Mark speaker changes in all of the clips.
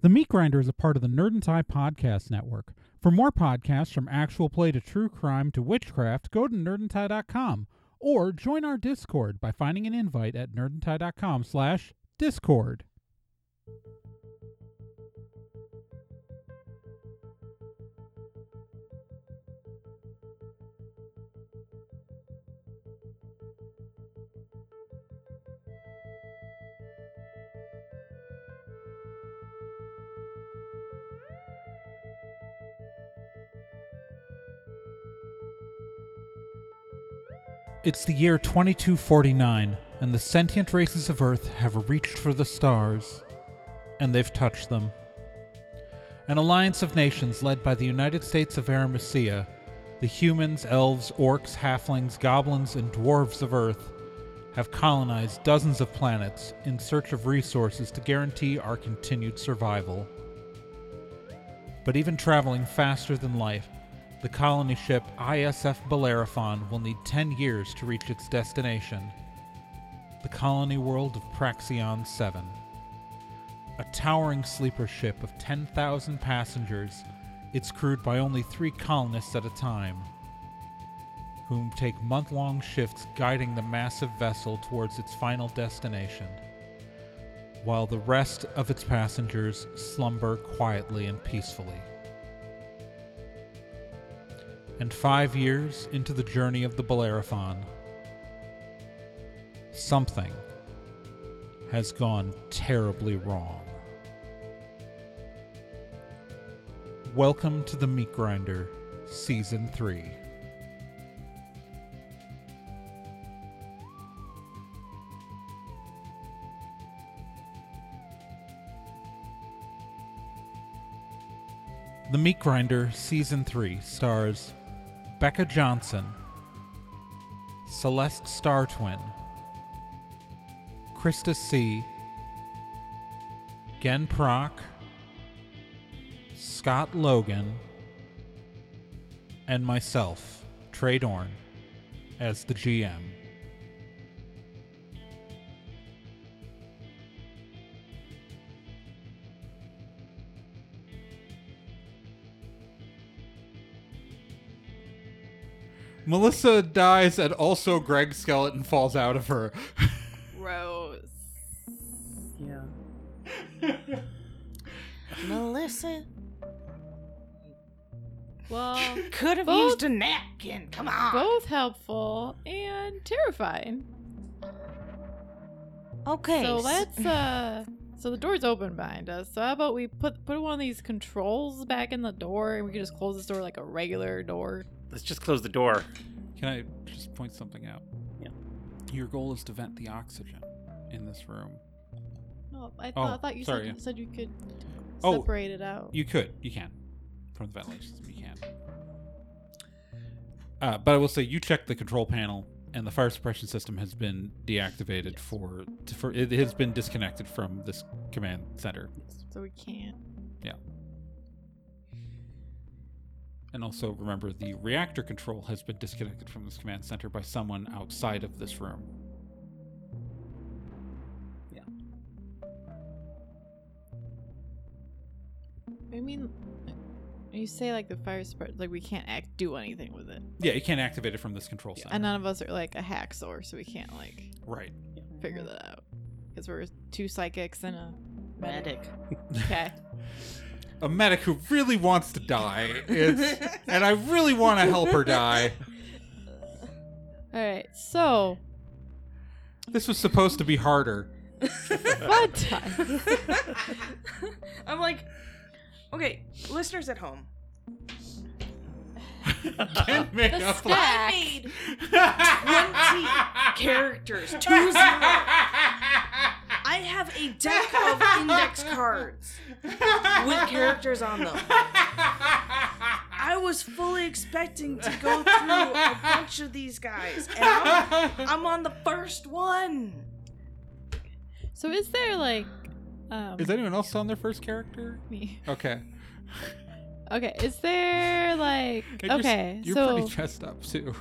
Speaker 1: The Meat Grinder is a part of the Nerd and Tie Podcast Network. For more podcasts from actual play to true crime to witchcraft, go to nerdandtie.com or join our Discord by finding an invite at nerdandtie.com slash discord. It's the year 2249, and the sentient races of Earth have reached for the stars, and they've touched them. An alliance of nations led by the United States of Arimathea, the humans, elves, orcs, halflings, goblins, and dwarves of Earth, have colonized dozens of planets in search of resources to guarantee our continued survival. But even traveling faster than light, the colony ship ISF Bellerophon will need 10 years to reach its destination the colony world of Praxion 7. A towering sleeper ship of 10,000 passengers, it's crewed by only three colonists at a time, whom take month long shifts guiding the massive vessel towards its final destination, while the rest of its passengers slumber quietly and peacefully. And five years into the journey of the Bellerophon, something has gone terribly wrong. Welcome to The Meat Grinder, Season 3. The Meat Grinder Season 3 stars Becca Johnson, Celeste Star Twin, Krista C., Gen Proc, Scott Logan, and myself, Trey Dorn, as the GM. Melissa dies, and also Greg's skeleton falls out of her.
Speaker 2: Gross.
Speaker 3: Yeah. Melissa
Speaker 2: Well,
Speaker 3: could have
Speaker 2: Both-
Speaker 3: used a napkin. Come on.
Speaker 2: both helpful and terrifying.
Speaker 3: Okay.
Speaker 2: So
Speaker 3: s-
Speaker 2: let's uh so the door's open behind us. So how about we put put one of these controls back in the door and we can just close this door like a regular door.
Speaker 4: Let's just close the door.
Speaker 1: Can I just point something out?
Speaker 3: Yeah.
Speaker 1: Your goal is to vent the oxygen in this room.
Speaker 2: No, I,
Speaker 1: Oh,
Speaker 2: thought I thought you
Speaker 1: sorry.
Speaker 2: said you said you could
Speaker 1: Oh,
Speaker 2: separate it out.
Speaker 1: You could. You can. From the ventilation system, you can. Uh, but I will say, you checked the control panel, and the fire suppression system has been deactivated for, to, for. It has been disconnected from this command center.
Speaker 2: so we can't.
Speaker 1: And also remember, the reactor control has been disconnected from this command center by someone outside of this room.
Speaker 3: Yeah.
Speaker 2: I mean you say like the fire spread like we can't act do anything with it.
Speaker 1: Yeah, you can't activate it from this control center.
Speaker 2: And none of us are like a hacksaw, so we can't like
Speaker 1: Right.
Speaker 2: figure that out. Because we're two psychics and a medic.
Speaker 3: medic.
Speaker 2: Okay.
Speaker 1: A medic who really wants to die. It's, and I really want to help her die.
Speaker 2: All right. So,
Speaker 1: This was supposed to be harder.
Speaker 2: fun time.
Speaker 5: I'm like, okay, listeners at home.
Speaker 1: Can't make
Speaker 2: The
Speaker 1: up
Speaker 2: stack.
Speaker 5: made
Speaker 1: Twenty
Speaker 5: characters, two zero. I have a deck of index cards with characters on them. I was fully expecting to go through a bunch of these guys, and I'm, I'm on the first one.
Speaker 2: So, is there like, um,
Speaker 1: Is anyone else on their first character?
Speaker 2: me?
Speaker 1: Okay.
Speaker 2: Okay. Is there like,
Speaker 1: And you're s-
Speaker 2: okay?
Speaker 1: You're,
Speaker 2: so,
Speaker 1: pretty dressed up too.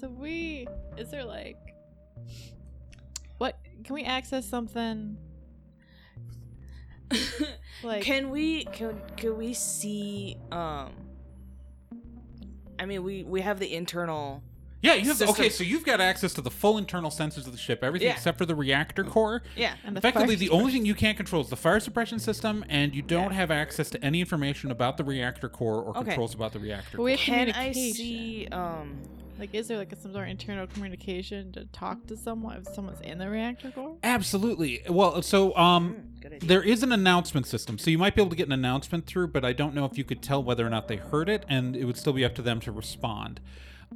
Speaker 2: so we. Is there like, what? Can we access something? Like,
Speaker 5: can we can can we see um I mean we we have the internal
Speaker 1: Yeah, you have
Speaker 5: System-
Speaker 1: okay. So you've got access to the full internal sensors of the ship, everything
Speaker 5: Yeah.
Speaker 1: except for the reactor core.
Speaker 5: yeah.
Speaker 2: and the
Speaker 1: Effectively,
Speaker 2: fire-
Speaker 1: the only thing you can't control is the fire suppression system, and you don't have access to any information about the reactor core or
Speaker 5: Okay.
Speaker 1: controls about the reactor.
Speaker 2: But we have
Speaker 5: Can I
Speaker 2: communication.
Speaker 5: see um
Speaker 2: Like, is there like some sort of internal communication to talk to someone if someone's in the reactor core?
Speaker 1: Absolutely. Well, so um,
Speaker 5: hmm, good idea.
Speaker 1: there is an announcement system, so you might be able to get an announcement through, but I don't know if you could tell whether or not they heard it, and it would still be up to them to respond.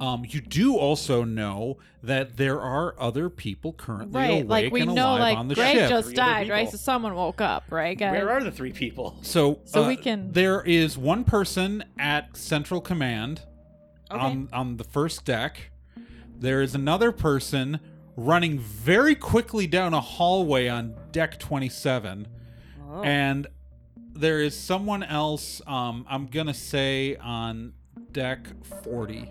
Speaker 1: Um, you do also know that there are other people currently awake
Speaker 2: like we
Speaker 1: and
Speaker 2: know,
Speaker 1: alive on
Speaker 2: like
Speaker 1: the
Speaker 2: Greg
Speaker 1: ship.
Speaker 2: just
Speaker 4: Three other
Speaker 2: died, right?
Speaker 4: people.
Speaker 2: So someone woke up, right, guys?
Speaker 4: Where are the three people?
Speaker 1: So,
Speaker 2: So
Speaker 1: uh,
Speaker 2: we can-
Speaker 1: There is one person at Central Command
Speaker 5: Okay.
Speaker 1: on on the first deck. There is another person running very quickly down a hallway on deck twenty seven,
Speaker 5: Oh.
Speaker 1: and there is someone else. Um, I'm gonna say on deck forty,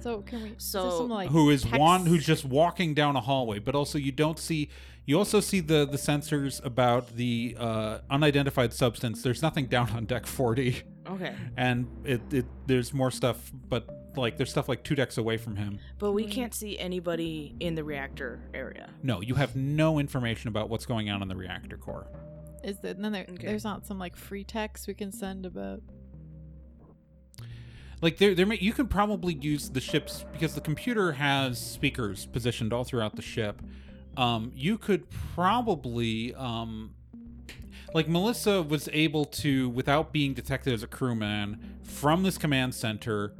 Speaker 2: so can we? is there
Speaker 5: So-
Speaker 2: some, like,
Speaker 1: who is
Speaker 2: text-
Speaker 1: one who's just walking down a hallway. But also, you don't see. You also see the the sensors about the uh, unidentified substance. There's nothing down on deck forty.
Speaker 5: okay.
Speaker 1: and it, it there's more stuff but like there's stuff like two decks away from him
Speaker 5: But we
Speaker 2: Mhm.
Speaker 5: can't see anybody in the reactor area.
Speaker 1: no you have no information about what's going on in the reactor core
Speaker 2: Is there, then there,
Speaker 5: Okay.
Speaker 2: there's not some like free text we can send about?
Speaker 1: like there, there may, you can probably use the ship's because the computer has speakers positioned all throughout the ship um, you could probably um, like melissa was able to without being detected as a crewman from this command center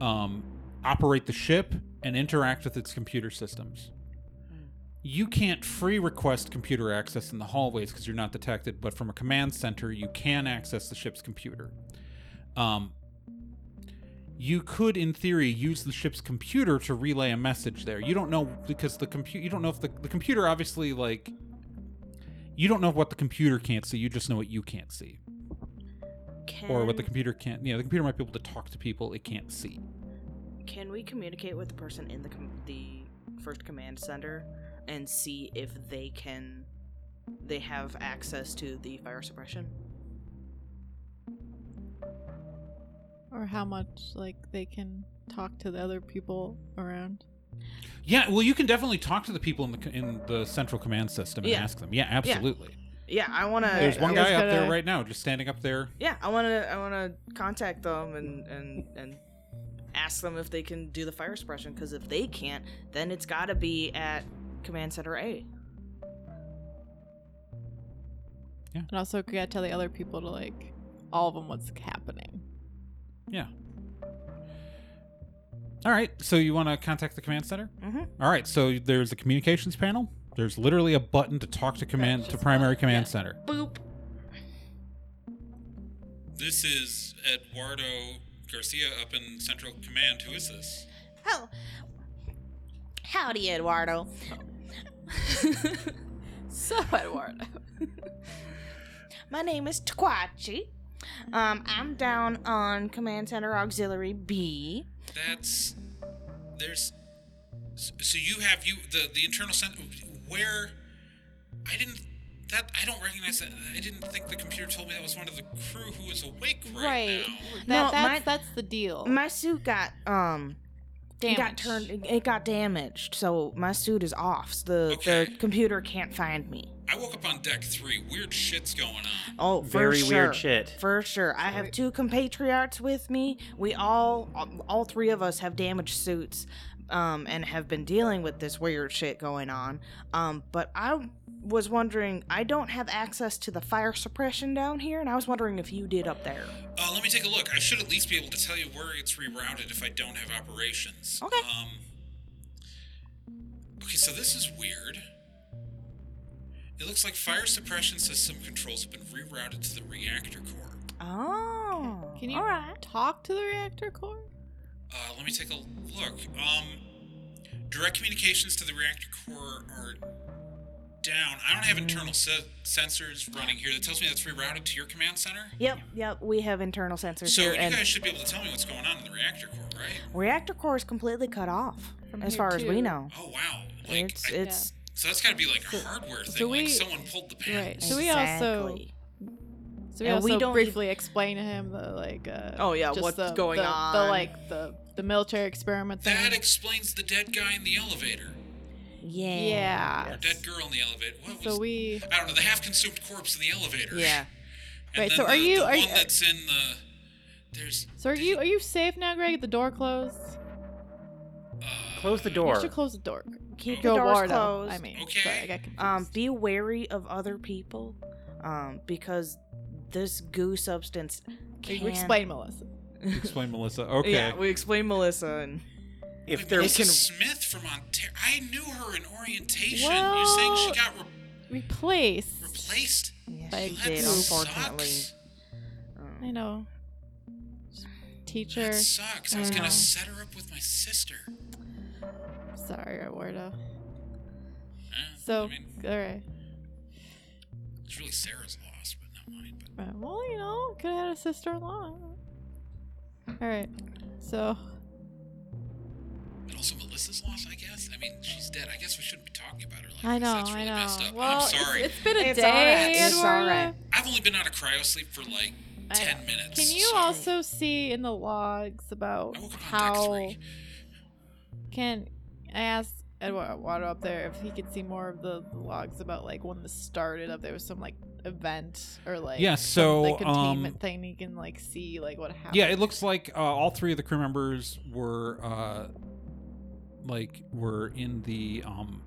Speaker 1: um, operate the ship and interact with its computer systems you can't free request computer access in the hallways because you're not detected but from a command center you can access the ship's computer um, you could in theory use the ship's computer to relay a message there you don't know because the computer you don't know if the, the computer obviously like you don't know what the computer can't see you just know what you can't see
Speaker 5: Can,
Speaker 1: or what the computer can't you know the computer might be able to talk to people it can't see
Speaker 5: Can we communicate with the person in the com- the first command center and see if they can they have access to the fire suppression?
Speaker 2: or how much like they can talk to the other people around.
Speaker 1: yeah well you can definitely talk to the people in the co- in the central command system and
Speaker 5: Yeah.
Speaker 1: ask them yeah absolutely
Speaker 5: Yeah, I want to
Speaker 1: there's one
Speaker 2: I
Speaker 1: guy
Speaker 2: was
Speaker 1: up there
Speaker 2: gonna-
Speaker 1: right now just standing up there
Speaker 5: Yeah, I want to I want to contact them and and and ask them if they can do the fire suppression cuz if they can't, then it's got to be at command center A.
Speaker 2: And also, we gotta tell the other people to like all of them what's happening.
Speaker 1: yeah all right so you want to contact the command center
Speaker 5: Mhm.
Speaker 1: All right, so there's a communications panel. There's literally a button to talk to command to
Speaker 5: just
Speaker 1: primary
Speaker 5: button,
Speaker 1: command
Speaker 5: yeah.
Speaker 1: center.
Speaker 5: Boop.
Speaker 1: This is Eduardo Garcia up in Central Command. Who is this?
Speaker 3: Hell. Howdy, Eduardo.
Speaker 2: So Eduardo,
Speaker 3: My name is Tquachi. Um, I'm down on Command Center Auxiliary B.
Speaker 1: That's there's so you have you the the internal center where I didn't that I don't recognize that I didn't think the computer told me that was one of the crew who was awake
Speaker 2: right? That,
Speaker 5: No,
Speaker 2: that's
Speaker 5: my-
Speaker 2: that's the deal.
Speaker 5: My suit got um
Speaker 2: Damn.
Speaker 5: It got turned. It got damaged, so my suit is off. So the
Speaker 1: Okay.
Speaker 5: the computer can't find me.
Speaker 1: I woke up on deck three. Weird shit's going on.
Speaker 5: Oh, for
Speaker 4: Very
Speaker 5: sure.
Speaker 4: weird shit.
Speaker 5: For sure, I have two compatriots with me. We all, all three of us, have damaged suits, um, and have been dealing with this weird shit going on. Um, but I was wondering, I don't have access to the fire suppression down here, and I was wondering if you did up there.
Speaker 1: Uh, let me take a look. I should at least be able to tell you where it's rerouted if I don't have operations.
Speaker 5: Okay.
Speaker 1: Um, okay, so this is weird. It looks like fire suppression system controls have been rerouted to the reactor core.
Speaker 5: Oh,
Speaker 2: Can you
Speaker 5: all right.
Speaker 2: talk to the reactor core?
Speaker 1: Uh, let me take a look. Um, direct communications to the reactor core are down. I don't have internal se- sensors running here. That tells me that's rerouted to your command center.
Speaker 5: Yep, yep. We have internal sensors
Speaker 1: So
Speaker 5: here,
Speaker 1: you
Speaker 5: and
Speaker 1: guys should be able to tell me what's going on in the reactor core, right?
Speaker 5: reactor core is completely cut off,
Speaker 2: From
Speaker 5: as
Speaker 2: here
Speaker 5: far as we
Speaker 2: too.
Speaker 5: know.
Speaker 1: Oh wow! Like
Speaker 5: It's
Speaker 1: I-
Speaker 5: it's
Speaker 1: So that's got to be like a hardware thing.
Speaker 2: we-
Speaker 1: like someone pulled the pin.
Speaker 2: Right. So we also
Speaker 5: Exactly.
Speaker 2: so we e-
Speaker 5: And
Speaker 2: also
Speaker 5: we don't
Speaker 2: briefly explain to him the like uh,
Speaker 6: Oh, yeah,
Speaker 2: just
Speaker 6: what's
Speaker 2: the-
Speaker 6: going
Speaker 2: the, the
Speaker 6: on.
Speaker 2: like the the military experiment thing.
Speaker 1: That explains the dead guy in the elevator
Speaker 5: Yeah.
Speaker 2: yeah.
Speaker 1: or dead girl in the elevator. What was?
Speaker 2: So we
Speaker 1: I don't know. The half-consumed corpse in the elevator.
Speaker 6: Yeah.
Speaker 1: And
Speaker 2: Right,
Speaker 1: then
Speaker 2: so
Speaker 1: the,
Speaker 2: are you-
Speaker 1: The
Speaker 2: are
Speaker 1: one
Speaker 2: you-
Speaker 1: that's in the. There's.
Speaker 2: so are you are you safe now, Greg? The door closed.
Speaker 7: Close the
Speaker 2: You
Speaker 7: door.
Speaker 2: should close the door.
Speaker 5: Keep
Speaker 2: Go
Speaker 5: the doors
Speaker 2: Wardo,
Speaker 5: closed.
Speaker 2: I mean,
Speaker 1: Okay.
Speaker 2: sorry, I got confused.
Speaker 5: um, be wary of other people, um, because this goo substance
Speaker 2: You
Speaker 5: can
Speaker 2: explain, Melissa.
Speaker 8: Explain, Melissa. Okay.
Speaker 6: Yeah, we explained Melissa and
Speaker 1: Wait,
Speaker 7: If there
Speaker 1: Melissa
Speaker 7: can,
Speaker 1: Smith from Ontario. I knew her in orientation. You're
Speaker 2: Well-
Speaker 1: saying she got re-
Speaker 2: Replace.
Speaker 1: replaced?
Speaker 5: Yeah,
Speaker 2: Like
Speaker 5: she
Speaker 1: That
Speaker 5: did, unfortunately.
Speaker 1: sucks.
Speaker 5: Um,
Speaker 2: I know. Teacher.
Speaker 1: That sucks. I was
Speaker 2: I
Speaker 1: gonna
Speaker 2: know.
Speaker 1: set her up with my sister.
Speaker 2: Sorry, Eduardo.
Speaker 1: Eh, I
Speaker 2: So,
Speaker 1: mean,
Speaker 2: all right.
Speaker 1: it's really Sarah's loss, but not mine. But
Speaker 2: Uh, Well, you know, could have had a sister-in-law. All right. So,
Speaker 1: But also Melissa's loss, I guess. I mean, she's dead. I guess we shouldn't be talking about her like
Speaker 2: I
Speaker 1: this.
Speaker 2: know,
Speaker 1: That's
Speaker 2: I
Speaker 1: really messed
Speaker 2: know.
Speaker 1: up.
Speaker 2: Well,
Speaker 1: I'm sorry.
Speaker 2: it's, it's been a
Speaker 5: It's all
Speaker 2: day,
Speaker 5: right, it's all
Speaker 2: Eduardo.
Speaker 5: right.
Speaker 1: I've only been out of cryo sleep for like
Speaker 2: I
Speaker 1: ten
Speaker 2: know.
Speaker 1: minutes.
Speaker 2: Can you
Speaker 1: so-
Speaker 2: also see in the logs about
Speaker 1: I woke up on deck
Speaker 2: how
Speaker 1: three.
Speaker 2: can I asked Eduardo up there if he could see more of the logs about like when this started? If there was some like event or like
Speaker 8: Yeah,
Speaker 2: some, like,
Speaker 8: so,
Speaker 2: containment
Speaker 8: um,
Speaker 2: thing, he can like see like what happened.
Speaker 8: Yeah, it looks like uh, all three of the crew members were uh, like were in the um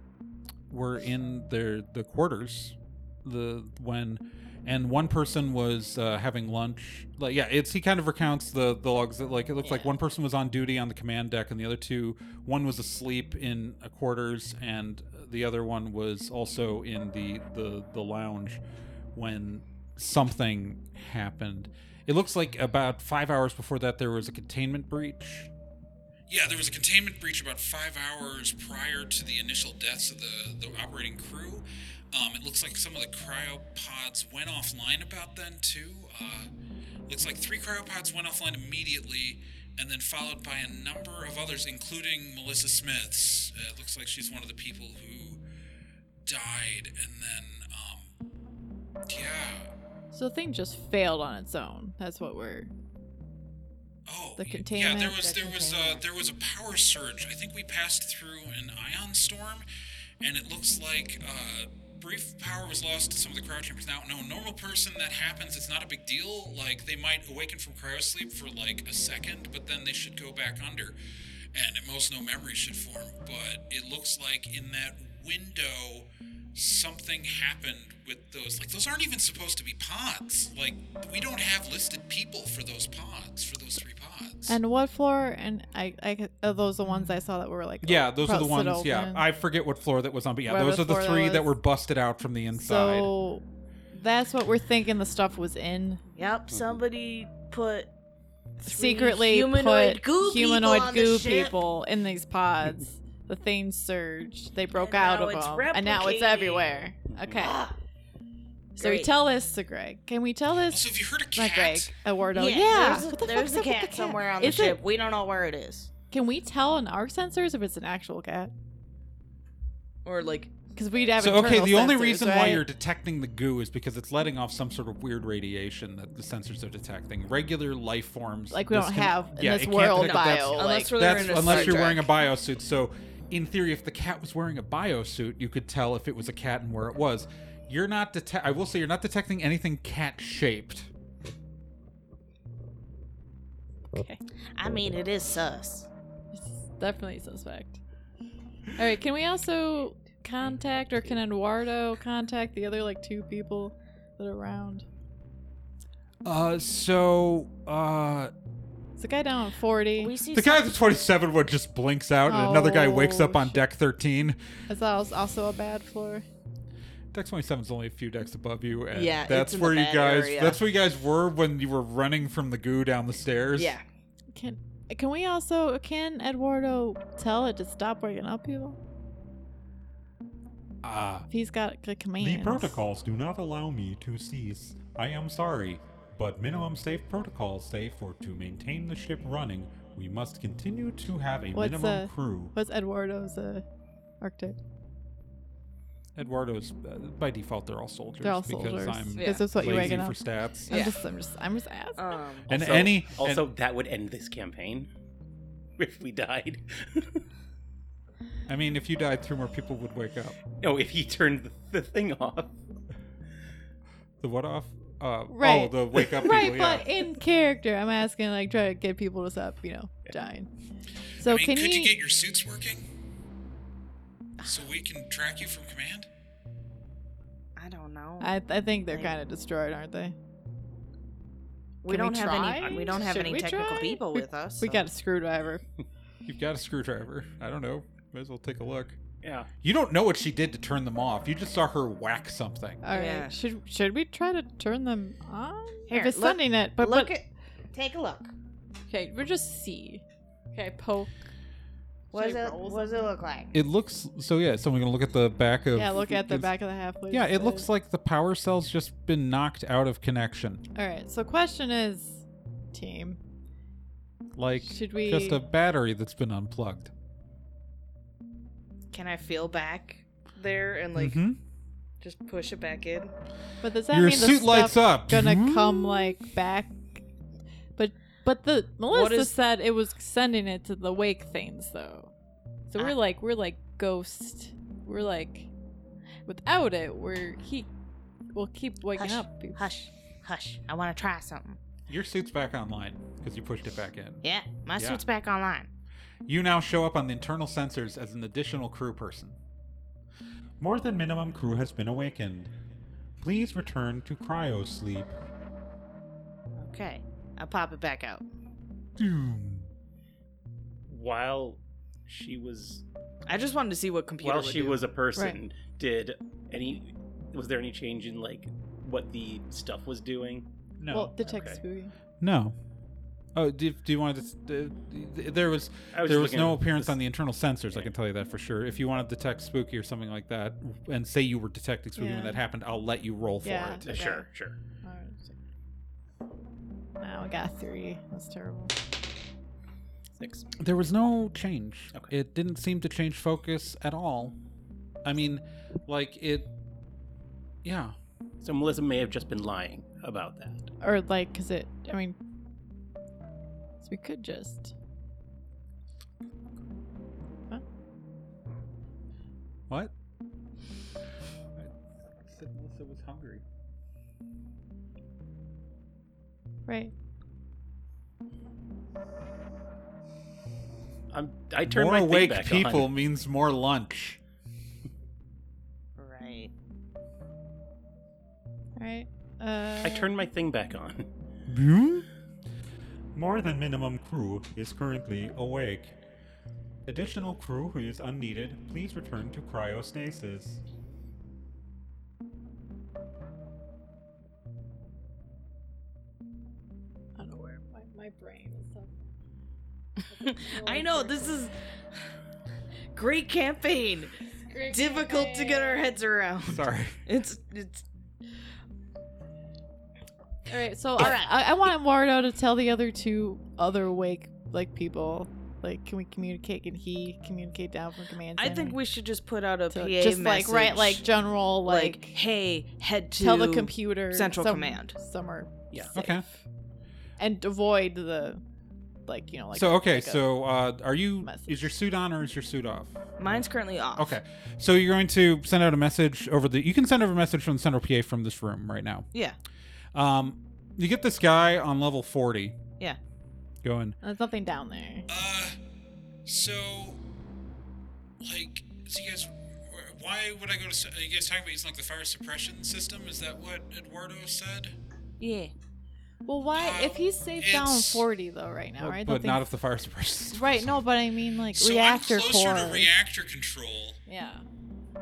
Speaker 8: were in their the quarters the when and one person was uh, having lunch like yeah it's he kind of recounts the the logs that like it looks like
Speaker 2: Yeah.
Speaker 8: one person was on duty on the command deck and the other two one was asleep in uh, quarters and the other one was also in the the the lounge when something happened it looks like about five hours before that there was a containment breach
Speaker 1: Yeah, there was a containment breach about five hours prior to the initial deaths of the, the operating crew. Um, it looks like some of the cryopods went offline about then, too. Uh, looks like three cryopods went offline immediately, and then followed by a number of others, including Melissa Smith's. Uh, it looks like she's one of the people who died, and then, um, yeah.
Speaker 2: So the thing just failed on its own. That's what we're.
Speaker 1: Oh,
Speaker 2: The
Speaker 1: y- Yeah,
Speaker 2: containment,
Speaker 1: there was
Speaker 2: the
Speaker 1: there was uh,
Speaker 2: containment.
Speaker 1: there was a power surge. I think we passed through an ion storm, and it looks like uh, brief power was lost to some of the cryo chambers. Now, no normal person that happens. It's not a big deal. Like they might awaken from cryo sleep for like a second, but then they should go back under, and at most no memory should form. But it looks like in that window. Something happened with those. Like, those aren't even supposed to be pods. Like, we don't have listed people for those pods, for those three pods.
Speaker 2: And what floor? And I, I could- are those the ones I saw that were like.
Speaker 8: Yeah,
Speaker 2: op-
Speaker 8: those are the
Speaker 2: busted
Speaker 8: ones. Yeah,
Speaker 2: open?
Speaker 8: I forget what floor that was on, but yeah,
Speaker 2: Whatever
Speaker 8: those are the
Speaker 2: floor that
Speaker 8: three that,
Speaker 2: was.
Speaker 8: were busted out from the inside.
Speaker 2: So that's what we're thinking. The stuff was in
Speaker 5: Yep,
Speaker 8: Mm-hmm.
Speaker 5: somebody put three
Speaker 2: secretly
Speaker 5: humanoid
Speaker 2: put
Speaker 5: goo
Speaker 2: humanoid
Speaker 5: people on the
Speaker 2: goo
Speaker 5: ship.
Speaker 2: people in these pods. the thing surged. They broke
Speaker 5: And
Speaker 2: out
Speaker 5: now
Speaker 2: of
Speaker 5: it's
Speaker 2: them, and now it's
Speaker 5: replicating.
Speaker 2: everywhere. Okay,
Speaker 5: Ah,
Speaker 2: so we
Speaker 5: Great.
Speaker 2: tell this to Greg. Can we tell this?
Speaker 1: Also, have you heard a cat?
Speaker 2: Not Greg, Eduardo. Yeah,
Speaker 5: There's,
Speaker 2: What
Speaker 5: a,
Speaker 2: the
Speaker 5: there's
Speaker 2: fuck's
Speaker 5: a
Speaker 2: up with
Speaker 5: cat, somewhere on the
Speaker 2: Is it-
Speaker 5: ship. We don't know where it is.
Speaker 2: Can we tell on our sensors if it's an actual cat?
Speaker 6: or like
Speaker 2: Because we'd have.
Speaker 8: So, okay,
Speaker 2: internal
Speaker 8: the only
Speaker 2: sensors,
Speaker 8: reason why
Speaker 2: right?
Speaker 8: you're detecting the goo is because it's letting off some sort of weird radiation that the sensors are detecting. Regular life forms,
Speaker 2: Like we
Speaker 8: this
Speaker 2: don't
Speaker 8: can-
Speaker 2: have in
Speaker 8: yeah,
Speaker 2: this
Speaker 8: it can't
Speaker 2: world
Speaker 8: detect that.
Speaker 2: bio.
Speaker 6: Unless
Speaker 2: like,
Speaker 6: we're
Speaker 8: That's,
Speaker 6: in a
Speaker 8: unless
Speaker 6: Star
Speaker 8: you're wearing a
Speaker 6: Trek.
Speaker 8: biosuit. So, in theory, if the cat was wearing a biosuit, you could tell if it was a cat and where it was. You're not detect. I will say you're not detecting anything cat shaped.
Speaker 5: I mean, it is sus.
Speaker 2: It's definitely suspect. All right, can we also contact or can Eduardo contact the other like two people that are around?
Speaker 8: Uh, so uh,
Speaker 2: It's the guy down on 40.
Speaker 5: We see
Speaker 8: the guy at the 27 one just blinks out, and another guy wakes
Speaker 2: Oh,
Speaker 8: up on
Speaker 2: shit.
Speaker 8: deck 13.
Speaker 2: That's al- also a bad floor.
Speaker 8: Deck 27 is only a few decks above you, and
Speaker 6: Yeah, it's
Speaker 8: that's
Speaker 6: in the
Speaker 8: where you
Speaker 6: bad
Speaker 8: guys
Speaker 6: area.
Speaker 8: that's where you guys were when you were running from the goo down the stairs.
Speaker 6: yeah.
Speaker 2: Can can we also can Eduardo tell it to stop waking up people?
Speaker 8: Uh,
Speaker 2: If he's got a command.
Speaker 9: The protocols do not allow me to cease. I am sorry, but minimum safe protocols say for to maintain the ship running, we must continue to have a
Speaker 2: What's
Speaker 9: minimum
Speaker 2: a-
Speaker 9: crew.
Speaker 2: What's Eduardo's uh, archetype?
Speaker 1: Eduardo's uh, by default they're all soldiers.
Speaker 2: They're all
Speaker 1: because
Speaker 2: soldiers.
Speaker 1: I'm
Speaker 2: Because that's what you're
Speaker 1: lazy
Speaker 2: waking
Speaker 1: for
Speaker 2: up.
Speaker 1: stats.
Speaker 2: I'm
Speaker 8: Yeah.
Speaker 2: just, I'm just, I'm just asking.
Speaker 5: Uh,
Speaker 10: Um,
Speaker 11: And
Speaker 8: Also-
Speaker 11: any
Speaker 8: Also,
Speaker 11: and,
Speaker 8: that would end this campaign if we died.
Speaker 1: I mean, if you died, three more people would wake up.
Speaker 8: no, if he turned the the thing off.
Speaker 1: The what off? Uh,
Speaker 2: Right.
Speaker 1: Oh, the wake up
Speaker 2: right,
Speaker 1: people. yeah.
Speaker 2: but in character, I'm asking, like, try to get people to stop, you know, dying. So
Speaker 12: I mean,
Speaker 2: can
Speaker 12: could
Speaker 2: you?
Speaker 12: you... get your suits working? So we can track you from command?
Speaker 5: I don't know.
Speaker 2: I, I think they're kind of destroyed, aren't they? Can
Speaker 5: we
Speaker 2: we
Speaker 5: don't have
Speaker 2: try?
Speaker 5: any. We don't have
Speaker 2: Should
Speaker 5: any
Speaker 2: we
Speaker 5: technical
Speaker 2: try?
Speaker 5: people with us.
Speaker 2: We
Speaker 5: so-
Speaker 2: got a screwdriver.
Speaker 1: You've got a screwdriver. I don't know. Might as well take a look.
Speaker 8: Yeah.
Speaker 1: You don't know what she did to turn them off. You just saw her whack something.
Speaker 2: All right,
Speaker 5: Yeah.
Speaker 2: should should we try to turn them on?
Speaker 5: Here,
Speaker 2: if it's
Speaker 5: look-
Speaker 2: Sunday night, but
Speaker 5: look
Speaker 2: but,
Speaker 5: at. Take a look.
Speaker 2: okay, we're just see. Okay, poke.
Speaker 5: What does
Speaker 2: Should I
Speaker 5: it?
Speaker 2: roll
Speaker 5: What does it look like?
Speaker 1: It looks so. Yeah. So we're gonna look at the back of.
Speaker 2: Yeah, look at the
Speaker 1: it's-
Speaker 2: back of the halfway.
Speaker 1: Yeah, it looks like the power cell's just been knocked out of connection.
Speaker 2: All right, so question is, team,
Speaker 1: Like
Speaker 2: should we?
Speaker 1: just a battery that's been unplugged.
Speaker 10: can I feel back there and like
Speaker 8: Mm-hmm.
Speaker 1: Mhm.
Speaker 10: just push it back in?
Speaker 2: But does that
Speaker 1: Your
Speaker 2: mean the
Speaker 1: suit
Speaker 2: stuff
Speaker 1: lights up. Hmm?
Speaker 2: Gonna come like back, but but the Melissa
Speaker 10: is-
Speaker 2: said it was sending it to the wake things though. So we're
Speaker 5: Ah.
Speaker 2: like we're like ghost. We're like without it, we're he. We'll keep waking
Speaker 5: Hush.
Speaker 2: up. people.
Speaker 5: Hush, hush. I want to try something.
Speaker 1: Your suit's back online because you pushed it back in.
Speaker 5: Yeah, my
Speaker 1: Yeah.
Speaker 5: suit's back online.
Speaker 1: You now show up on the internal sensors as an additional crew person. More than minimum crew has been awakened. Please return to cryo sleep.
Speaker 5: Okay, I'll pop it back out.
Speaker 8: While she was
Speaker 10: I just wanted to see what computer.
Speaker 8: while
Speaker 10: would
Speaker 8: she
Speaker 10: do.
Speaker 8: was a person, did any was there any change in like what the stuff was doing?
Speaker 1: No.
Speaker 2: Well, detect
Speaker 8: Okay.
Speaker 2: spooky.
Speaker 1: no. Oh, do, do you want to? th- th- there was
Speaker 8: I was
Speaker 1: there was
Speaker 8: just looking
Speaker 1: no
Speaker 8: at
Speaker 1: appearance
Speaker 8: this-
Speaker 1: on the internal sensors. I can tell you that for sure. If you want to detect spooky or something like that, and say you were detecting spooky
Speaker 2: Yeah.
Speaker 1: when that happened, I'll let you roll for
Speaker 2: Yeah.
Speaker 1: it.
Speaker 8: Uh, Sure, sure.
Speaker 2: Now I got three. That's terrible.
Speaker 8: Six.
Speaker 1: There was no change.
Speaker 8: Okay.
Speaker 1: It didn't seem to change focus at all. I mean, like it. Yeah.
Speaker 8: So Melissa may have just been lying about that.
Speaker 2: Or like, cause it. I mean, 'cause we could just.
Speaker 1: What? I said Melissa was hungry.
Speaker 2: Right.
Speaker 8: I'm, I turned
Speaker 1: more
Speaker 8: my thing
Speaker 1: awake
Speaker 8: back
Speaker 1: people
Speaker 8: on.
Speaker 1: means more lunch.
Speaker 5: Right.
Speaker 2: Right. Uh,
Speaker 8: I turned my thing back on.
Speaker 1: Hmm? More than minimum crew is currently awake. Additional crew who is unneeded, please return to cryostasis.
Speaker 2: I don't know where my, my brain is. Up.
Speaker 10: I know this is great campaign. Difficult to get our heads around.
Speaker 1: Sorry.
Speaker 10: It's it's
Speaker 2: All right. So I, I, I want Wardo to tell the other two other wake like people. Like, can we communicate? Can he communicate down from command?
Speaker 10: I think
Speaker 2: center?
Speaker 10: we should just put out a
Speaker 2: So
Speaker 10: PA
Speaker 2: just
Speaker 10: message.
Speaker 2: like right, like general,
Speaker 10: like,
Speaker 2: like,
Speaker 10: hey, head to
Speaker 2: tell the computer
Speaker 10: Central
Speaker 2: some-
Speaker 10: Command.
Speaker 2: somewhere.
Speaker 8: Yeah.
Speaker 2: safe.
Speaker 1: Okay.
Speaker 2: and avoid the, like you know, like
Speaker 1: so okay,
Speaker 2: like a-
Speaker 1: so uh, are you?
Speaker 2: message.
Speaker 1: Is your suit on or is your suit off?
Speaker 10: Mine's currently off.
Speaker 1: Okay, so you're going to send out a message over the. You can send over a message from the central PA from this room right now.
Speaker 10: Yeah.
Speaker 1: Um, you get this guy on level forty.
Speaker 10: Yeah.
Speaker 1: Going.
Speaker 2: there's nothing down there.
Speaker 12: Uh, so, like, so you guys, wh- why would I go to? s- Are you guys talking about using like the fire suppression system? Is that what Eduardo said?
Speaker 5: Yeah.
Speaker 2: Well, why if he's safe down
Speaker 12: It's-
Speaker 2: forty though right now,
Speaker 1: Well,
Speaker 2: right?
Speaker 1: Oh, But
Speaker 2: Nothing-
Speaker 1: not if the fire suppression.
Speaker 2: right. No, but I mean like
Speaker 12: so
Speaker 2: reactor
Speaker 12: I'm closer
Speaker 2: core.
Speaker 12: to reactor control.
Speaker 2: yeah,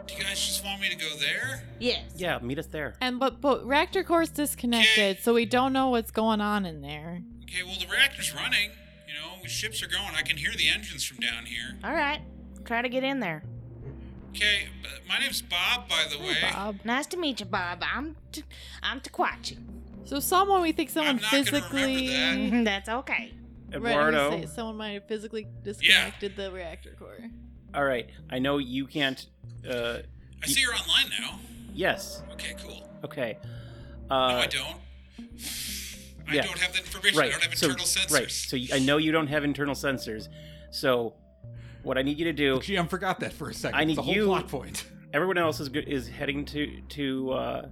Speaker 12: Do you guys just want me to go there?
Speaker 5: Yes.
Speaker 8: Yeah, meet us there.
Speaker 2: and but but reactor core's disconnected, so we don't know what's going on in there.
Speaker 12: Okay, well the reactor's running. You know, ships are going. I can hear the engines from down here.
Speaker 5: All right. Try to get in there.
Speaker 12: Okay, but my name's Bob, by the way.
Speaker 2: Bob.
Speaker 5: Nice to meet you, Bob. I'm t- I'm Tequachi.
Speaker 2: So someone we think someone
Speaker 12: I'm not gonna remember
Speaker 2: physically.
Speaker 12: that.
Speaker 5: That's okay.
Speaker 2: Right, I was gonna
Speaker 8: Eduardo.
Speaker 2: say, someone might have physically disconnected the reactor core.
Speaker 8: all right. I know you can't uh,
Speaker 4: I see you're online now.
Speaker 8: Yes.
Speaker 4: Okay, cool.
Speaker 8: Okay.
Speaker 4: No,
Speaker 8: Uh,
Speaker 4: I don't. I
Speaker 8: yeah.
Speaker 4: don't have that information.
Speaker 8: right.
Speaker 4: I don't have
Speaker 8: so,
Speaker 4: internal sensors.
Speaker 8: Right. So y- I know you don't have internal sensors. So what I need you to do,
Speaker 13: GM forgot that for a second.
Speaker 8: I need
Speaker 13: it's a whole
Speaker 8: you-
Speaker 13: plot point.
Speaker 8: everyone else is go- is heading to to uh,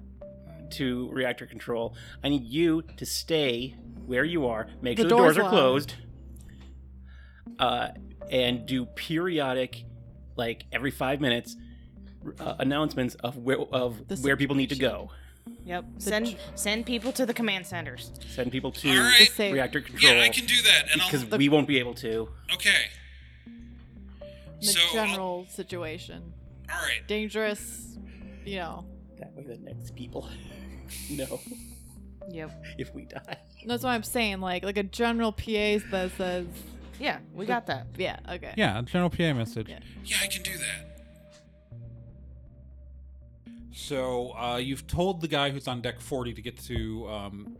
Speaker 8: to reactor control. I need you to stay where you are. Make
Speaker 2: The
Speaker 8: sure the doors
Speaker 2: door's
Speaker 8: are
Speaker 2: locked.
Speaker 8: closed. Uh, and do periodic, like every five minutes, uh, announcements of where of
Speaker 2: The
Speaker 8: where people need to go.
Speaker 3: Yep. Send send people to the command centers.
Speaker 8: Send people to
Speaker 4: All right.
Speaker 2: Save.
Speaker 8: reactor control
Speaker 4: Yeah, I can do that. And
Speaker 8: because
Speaker 4: I'll.
Speaker 8: we won't be able to.
Speaker 4: Okay.
Speaker 2: The
Speaker 4: So, I'll-
Speaker 2: general situation.
Speaker 4: All right.
Speaker 2: Dangerous, you know.
Speaker 8: That way, the next people know
Speaker 3: Yep.
Speaker 8: if we die.
Speaker 2: That's what I'm saying. Like, like a general PA that says,
Speaker 3: Yeah, we got that.
Speaker 2: yeah, okay.
Speaker 1: Yeah, a general PA message.
Speaker 2: Yeah.
Speaker 4: Yeah, I can do that.
Speaker 13: So uh, you've told the guy who's on deck 40 to get to um,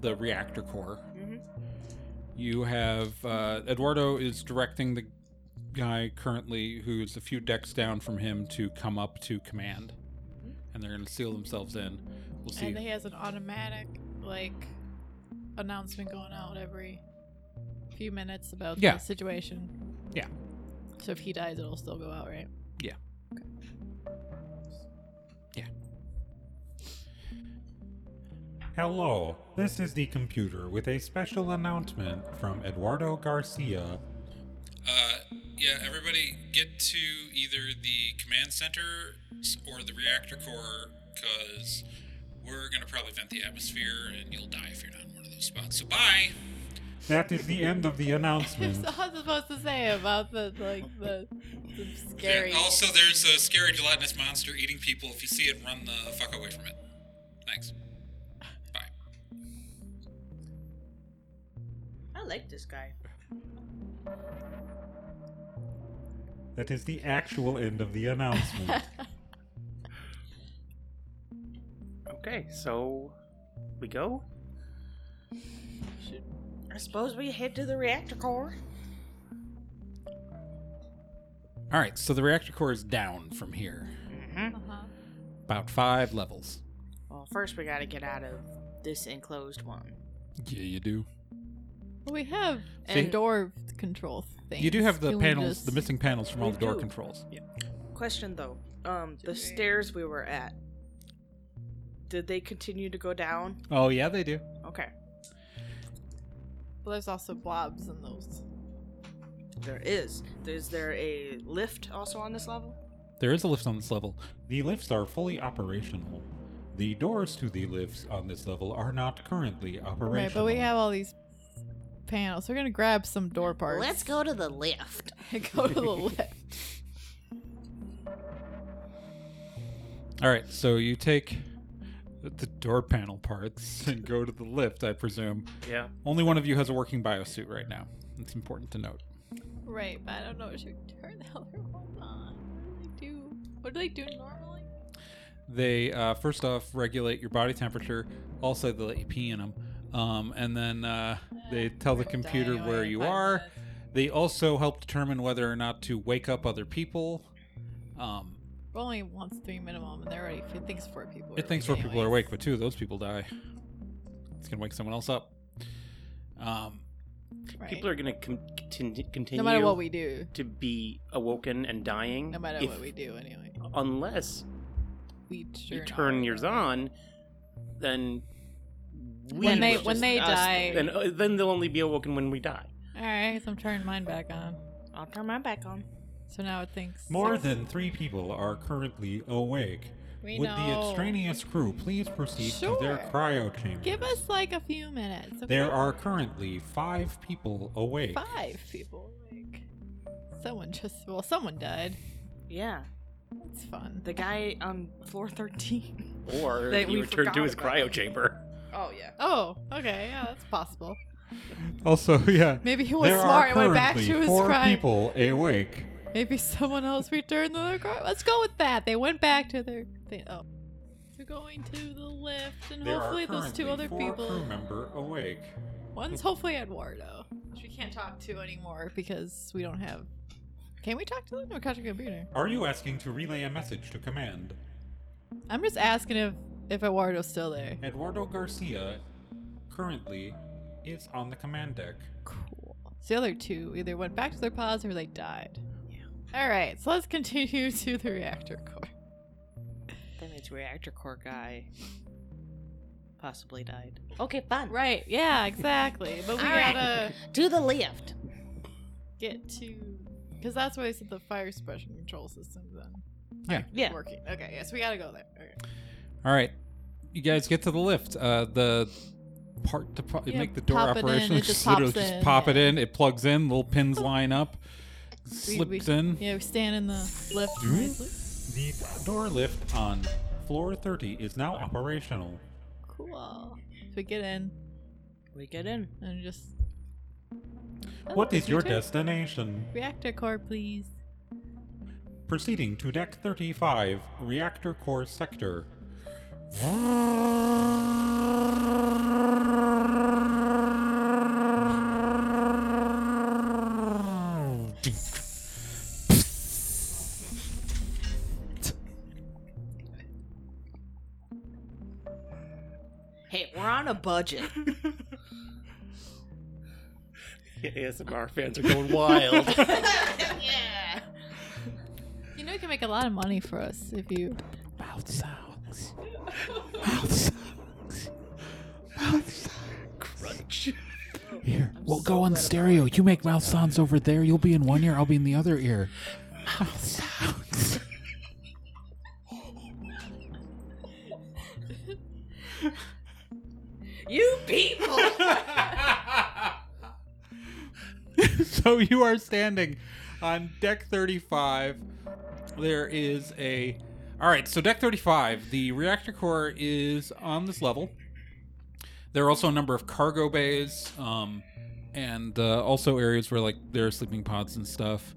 Speaker 13: the reactor core.
Speaker 3: Mm-hmm.
Speaker 13: You have uh, Eduardo is directing the guy currently who's a few decks down from him to come up to command, and they're going to seal themselves in. We'll see.
Speaker 2: And he has an automatic like announcement going out every few minutes about
Speaker 1: Yeah.
Speaker 2: the situation.
Speaker 1: Yeah.
Speaker 2: So if he dies, it'll still go out, right?
Speaker 13: Hello, this is the computer with a special announcement from Eduardo Garcia.
Speaker 4: Uh, yeah, everybody get to either the command center s- or the reactor core because we're going to probably vent the atmosphere and you'll die if you're not in one of those spots. So bye.
Speaker 13: That is the end of the
Speaker 2: That's
Speaker 13: announcement.
Speaker 2: all I'm supposed to say about the like the, the
Speaker 4: There-
Speaker 2: scary.
Speaker 4: also, there's a scary gelatinous monster eating people. If you see it, run the fuck away from it. Thanks. Bye.
Speaker 5: I like this guy.
Speaker 13: that is the actual end of the announcement.
Speaker 8: Okay, so we go.
Speaker 3: I suppose we head to the reactor core.
Speaker 13: All right, so the reactor core is down from here,
Speaker 2: Uh-huh.
Speaker 13: about five levels.
Speaker 3: Well, first we gotta get out of this enclosed one.
Speaker 13: Yeah, you do.
Speaker 2: We have
Speaker 13: See?
Speaker 2: door control things.
Speaker 1: You do have the
Speaker 2: Can we
Speaker 1: panels,
Speaker 2: just-
Speaker 1: the missing panels from all
Speaker 5: We
Speaker 1: the door
Speaker 5: do.
Speaker 1: controls.
Speaker 5: Question though, um, the stairs we were at, did they continue to go down?
Speaker 1: Oh yeah, they do.
Speaker 5: Okay,
Speaker 2: Well, there's also blobs in those.
Speaker 5: there is. Is there a lift also on this level?
Speaker 1: There is a lift on this level.
Speaker 13: The lifts are fully operational. The doors to the lifts on this level are not currently operational.
Speaker 2: Right, but we have all these panels. We're gonna grab some door parts.
Speaker 3: Let's go to the lift.
Speaker 2: go to the lift.
Speaker 1: All right, so you take the door panel parts and go to the lift, I presume.
Speaker 8: Yeah.
Speaker 1: Only one of you has a working biosuit right now. It's important to note.
Speaker 2: Right, but I don't know. Should we turn the other one on? What do they do? What do they do normally?
Speaker 1: They uh, first off regulate your body temperature. Also, they let you pee in them, um, and then uh, they tell the
Speaker 2: We'll
Speaker 1: computer
Speaker 2: die
Speaker 1: where
Speaker 2: in
Speaker 1: you
Speaker 2: five
Speaker 1: are.
Speaker 2: minutes.
Speaker 1: They also help determine whether or not to wake up other people. Um,
Speaker 2: It only wants three minimum, and they're already. It thinks four people.
Speaker 1: It thinks four people are awake, but two of those people die. It's gonna wake someone else up. Um,
Speaker 8: People are going to con- contin- continue
Speaker 2: No matter what we do,
Speaker 8: to be awoken and dying.
Speaker 2: no matter
Speaker 8: if-
Speaker 2: what we do, anyway,
Speaker 8: Unless
Speaker 2: we
Speaker 8: you
Speaker 2: turn,
Speaker 8: turn
Speaker 2: on.
Speaker 8: yours on, then we
Speaker 2: When they
Speaker 8: will
Speaker 2: when
Speaker 8: just-
Speaker 2: they
Speaker 3: us
Speaker 2: die.
Speaker 8: then, uh, then they'll only be awoken when we die.
Speaker 2: All right, so I'm turning mine back on.
Speaker 3: I'll turn my back on.
Speaker 2: So now it thinks
Speaker 13: More
Speaker 2: six.
Speaker 13: than three people are currently awake.
Speaker 2: We
Speaker 13: Would the
Speaker 2: know.
Speaker 13: extraneous crew please proceed to their
Speaker 2: Sure.
Speaker 13: cryo chamber?
Speaker 2: Give us like a few minutes. okay?
Speaker 13: There are currently five people awake.
Speaker 2: five people. Like someone just well, someone died.
Speaker 5: Yeah,
Speaker 2: It's fun.
Speaker 5: the guy on floor thirteen.
Speaker 8: Or
Speaker 5: That
Speaker 8: you
Speaker 5: we
Speaker 8: return to
Speaker 5: forgot
Speaker 8: his
Speaker 5: about.
Speaker 8: cryo chamber.
Speaker 5: Oh yeah.
Speaker 2: Oh, okay, yeah, that's possible.
Speaker 13: Also, yeah.
Speaker 2: Maybe he was
Speaker 13: there
Speaker 2: smart
Speaker 13: are
Speaker 2: and went back
Speaker 13: currently
Speaker 2: to his
Speaker 13: four
Speaker 2: crime.
Speaker 13: people awake.
Speaker 2: Maybe someone else returned their car. Let's go with that. They went back to their thing. Oh. We're going to the lift, and
Speaker 13: There
Speaker 2: hopefully
Speaker 13: are
Speaker 2: those two
Speaker 13: currently
Speaker 2: other
Speaker 13: four
Speaker 2: people.
Speaker 13: crew member awake.
Speaker 2: One's hopefully Eduardo, which we can't talk to anymore because we don't have Can we talk to them or catch a computer?
Speaker 1: Are you asking to relay a message to command?
Speaker 2: I'm just asking if if Eduardo's still there.
Speaker 1: Eduardo Garcia currently is on the command deck.
Speaker 2: Cool. So the other two either went back to their pods or they died. All right, so let's continue to the reactor core.
Speaker 5: That means reactor core guy possibly died. Okay, fun.
Speaker 2: Right? Yeah, exactly. But we
Speaker 5: All right.
Speaker 2: gotta
Speaker 5: To the lift.
Speaker 2: get to because that's why they said the fire suppression control system then
Speaker 1: Yeah.
Speaker 5: Yeah.
Speaker 2: working. Okay, yes, we gotta go there. Okay.
Speaker 1: All right. You guys get to the lift. Uh, the part to pro-
Speaker 2: Yeah,
Speaker 1: make the door
Speaker 2: pop it in,
Speaker 1: operational.
Speaker 2: it
Speaker 1: just,
Speaker 2: just
Speaker 1: literally
Speaker 2: pops
Speaker 1: just
Speaker 2: in,
Speaker 1: pop it
Speaker 2: yeah.
Speaker 1: in. It plugs in. Little pins line up.
Speaker 2: We-
Speaker 1: Slips
Speaker 2: we-
Speaker 1: in.
Speaker 2: Yeah, we stand in the lift.
Speaker 1: Zoom.
Speaker 2: nicely.
Speaker 1: The door lift on floor 30 is now operational.
Speaker 2: Cool. So we get in
Speaker 5: We get in.
Speaker 2: and just. Oh,
Speaker 1: what
Speaker 2: it's
Speaker 1: is your
Speaker 2: turn.
Speaker 1: destination?
Speaker 2: Reactor core, please.
Speaker 1: Proceeding to deck 35, reactor core sector.
Speaker 13: Hey, we're on a budget.
Speaker 8: ASMR fans are going wild.
Speaker 2: You know, you can make a lot of money for us if you.
Speaker 1: Mouth sounds.
Speaker 8: Crunch.
Speaker 1: Here, we'll go on stereo. You make mouth sounds over there. You'll be in one ear, I'll be in the other ear.
Speaker 13: you people!
Speaker 1: so you are standing on deck 35. There is a. All right, so deck 35, the reactor core is on this level. There are also a number of cargo bays um, and uh, also areas where, like, there are sleeping pods and stuff.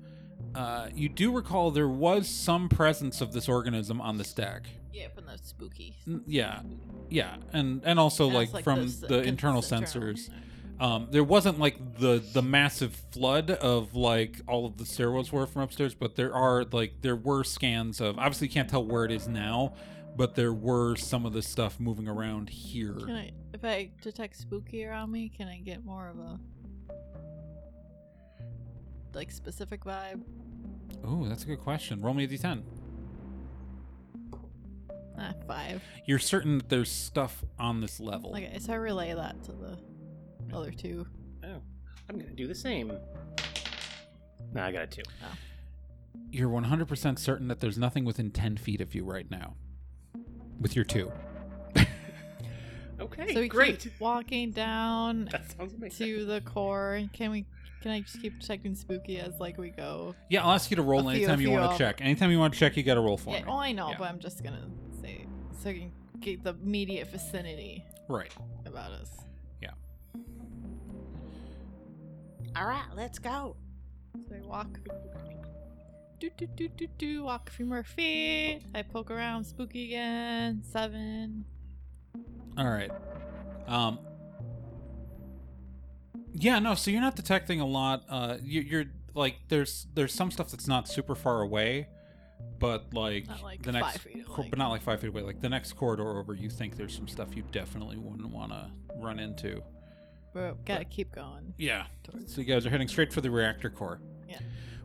Speaker 1: Uh, you do recall there was some presence of this organism on this deck.
Speaker 2: Yeah, from the spooky.
Speaker 1: N- Yeah, yeah, and and also like, from
Speaker 2: uh,
Speaker 1: the, internal sensors. Um, there wasn't like the the massive flood of like all of the steroids were from upstairs, but there are like there were scans of. Obviously, you can't tell where it is now, but there were some of the stuff moving around here.
Speaker 2: Can I, if I detect spooky around me, can I get more of a like specific vibe?
Speaker 1: Oh, that's a good question. Roll me a d10.
Speaker 2: Ah, five.
Speaker 1: You're certain that there's stuff on this level.
Speaker 2: Okay, so I relay that to the other two.
Speaker 8: Oh, I'm gonna do the same. No, I got a two.
Speaker 1: You're 100% certain that there's nothing within 10 feet of you right now, with your two.
Speaker 8: Okay,
Speaker 2: so we
Speaker 8: great.
Speaker 2: keep walking down
Speaker 8: That sounds amazing.
Speaker 2: to the core. Can we? Can I just keep detecting spooky as like we go?
Speaker 1: Yeah, I'll ask you to roll
Speaker 2: A few,
Speaker 1: anytime
Speaker 2: a
Speaker 1: you
Speaker 2: few.
Speaker 1: want to check. Anytime you want to check, you got to roll for
Speaker 2: Yeah,
Speaker 1: me.
Speaker 2: oh, I know,
Speaker 1: Yeah.
Speaker 2: but I'm just gonna say so I can get the immediate vicinity
Speaker 1: Right.
Speaker 2: about us.
Speaker 14: All right, let's go.
Speaker 2: So I walk. Do do do do do. Walk a few more feet. I poke around. Spooky again. Seven.
Speaker 1: All right. Um. Yeah. No. So you're not detecting a lot. Uh. You, you're like there's there's some stuff that's not super far away, but like,
Speaker 2: Not like
Speaker 1: the
Speaker 2: five
Speaker 1: next,
Speaker 2: feet
Speaker 1: cor-
Speaker 2: away.
Speaker 1: but not like five feet away. Like the next corridor over, you think there's some stuff you definitely wouldn't want to run into.
Speaker 2: But gotta keep going.
Speaker 1: Yeah.
Speaker 2: towards-
Speaker 1: So you guys are heading straight for the reactor core.
Speaker 2: Yeah.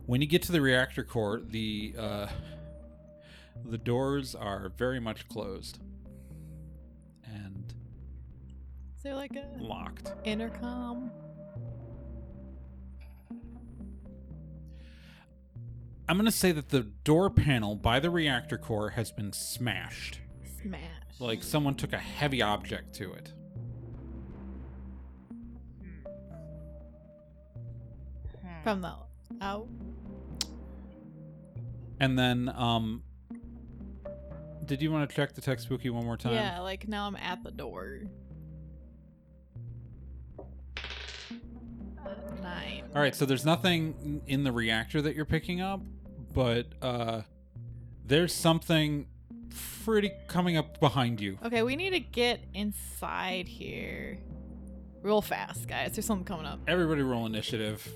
Speaker 1: When you get to the reactor core, the uh, the doors are very much closed and
Speaker 2: Is there like a
Speaker 1: locked.
Speaker 2: intercom?
Speaker 1: I'm gonna say that the door panel by the reactor core has been smashed.
Speaker 2: Smash.
Speaker 1: Like someone took a heavy object to it.
Speaker 5: Hmm.
Speaker 2: from the out.
Speaker 1: And then, um, did you want to check the text spooky one more time?
Speaker 2: Yeah, like now I'm at the door. Uh, nine.
Speaker 1: All right, so there's nothing in the reactor that you're picking up, but uh, there's something pretty coming up behind you.
Speaker 2: Okay, we need to get inside here. Real fast, guys. There's something coming up.
Speaker 1: Everybody roll initiative.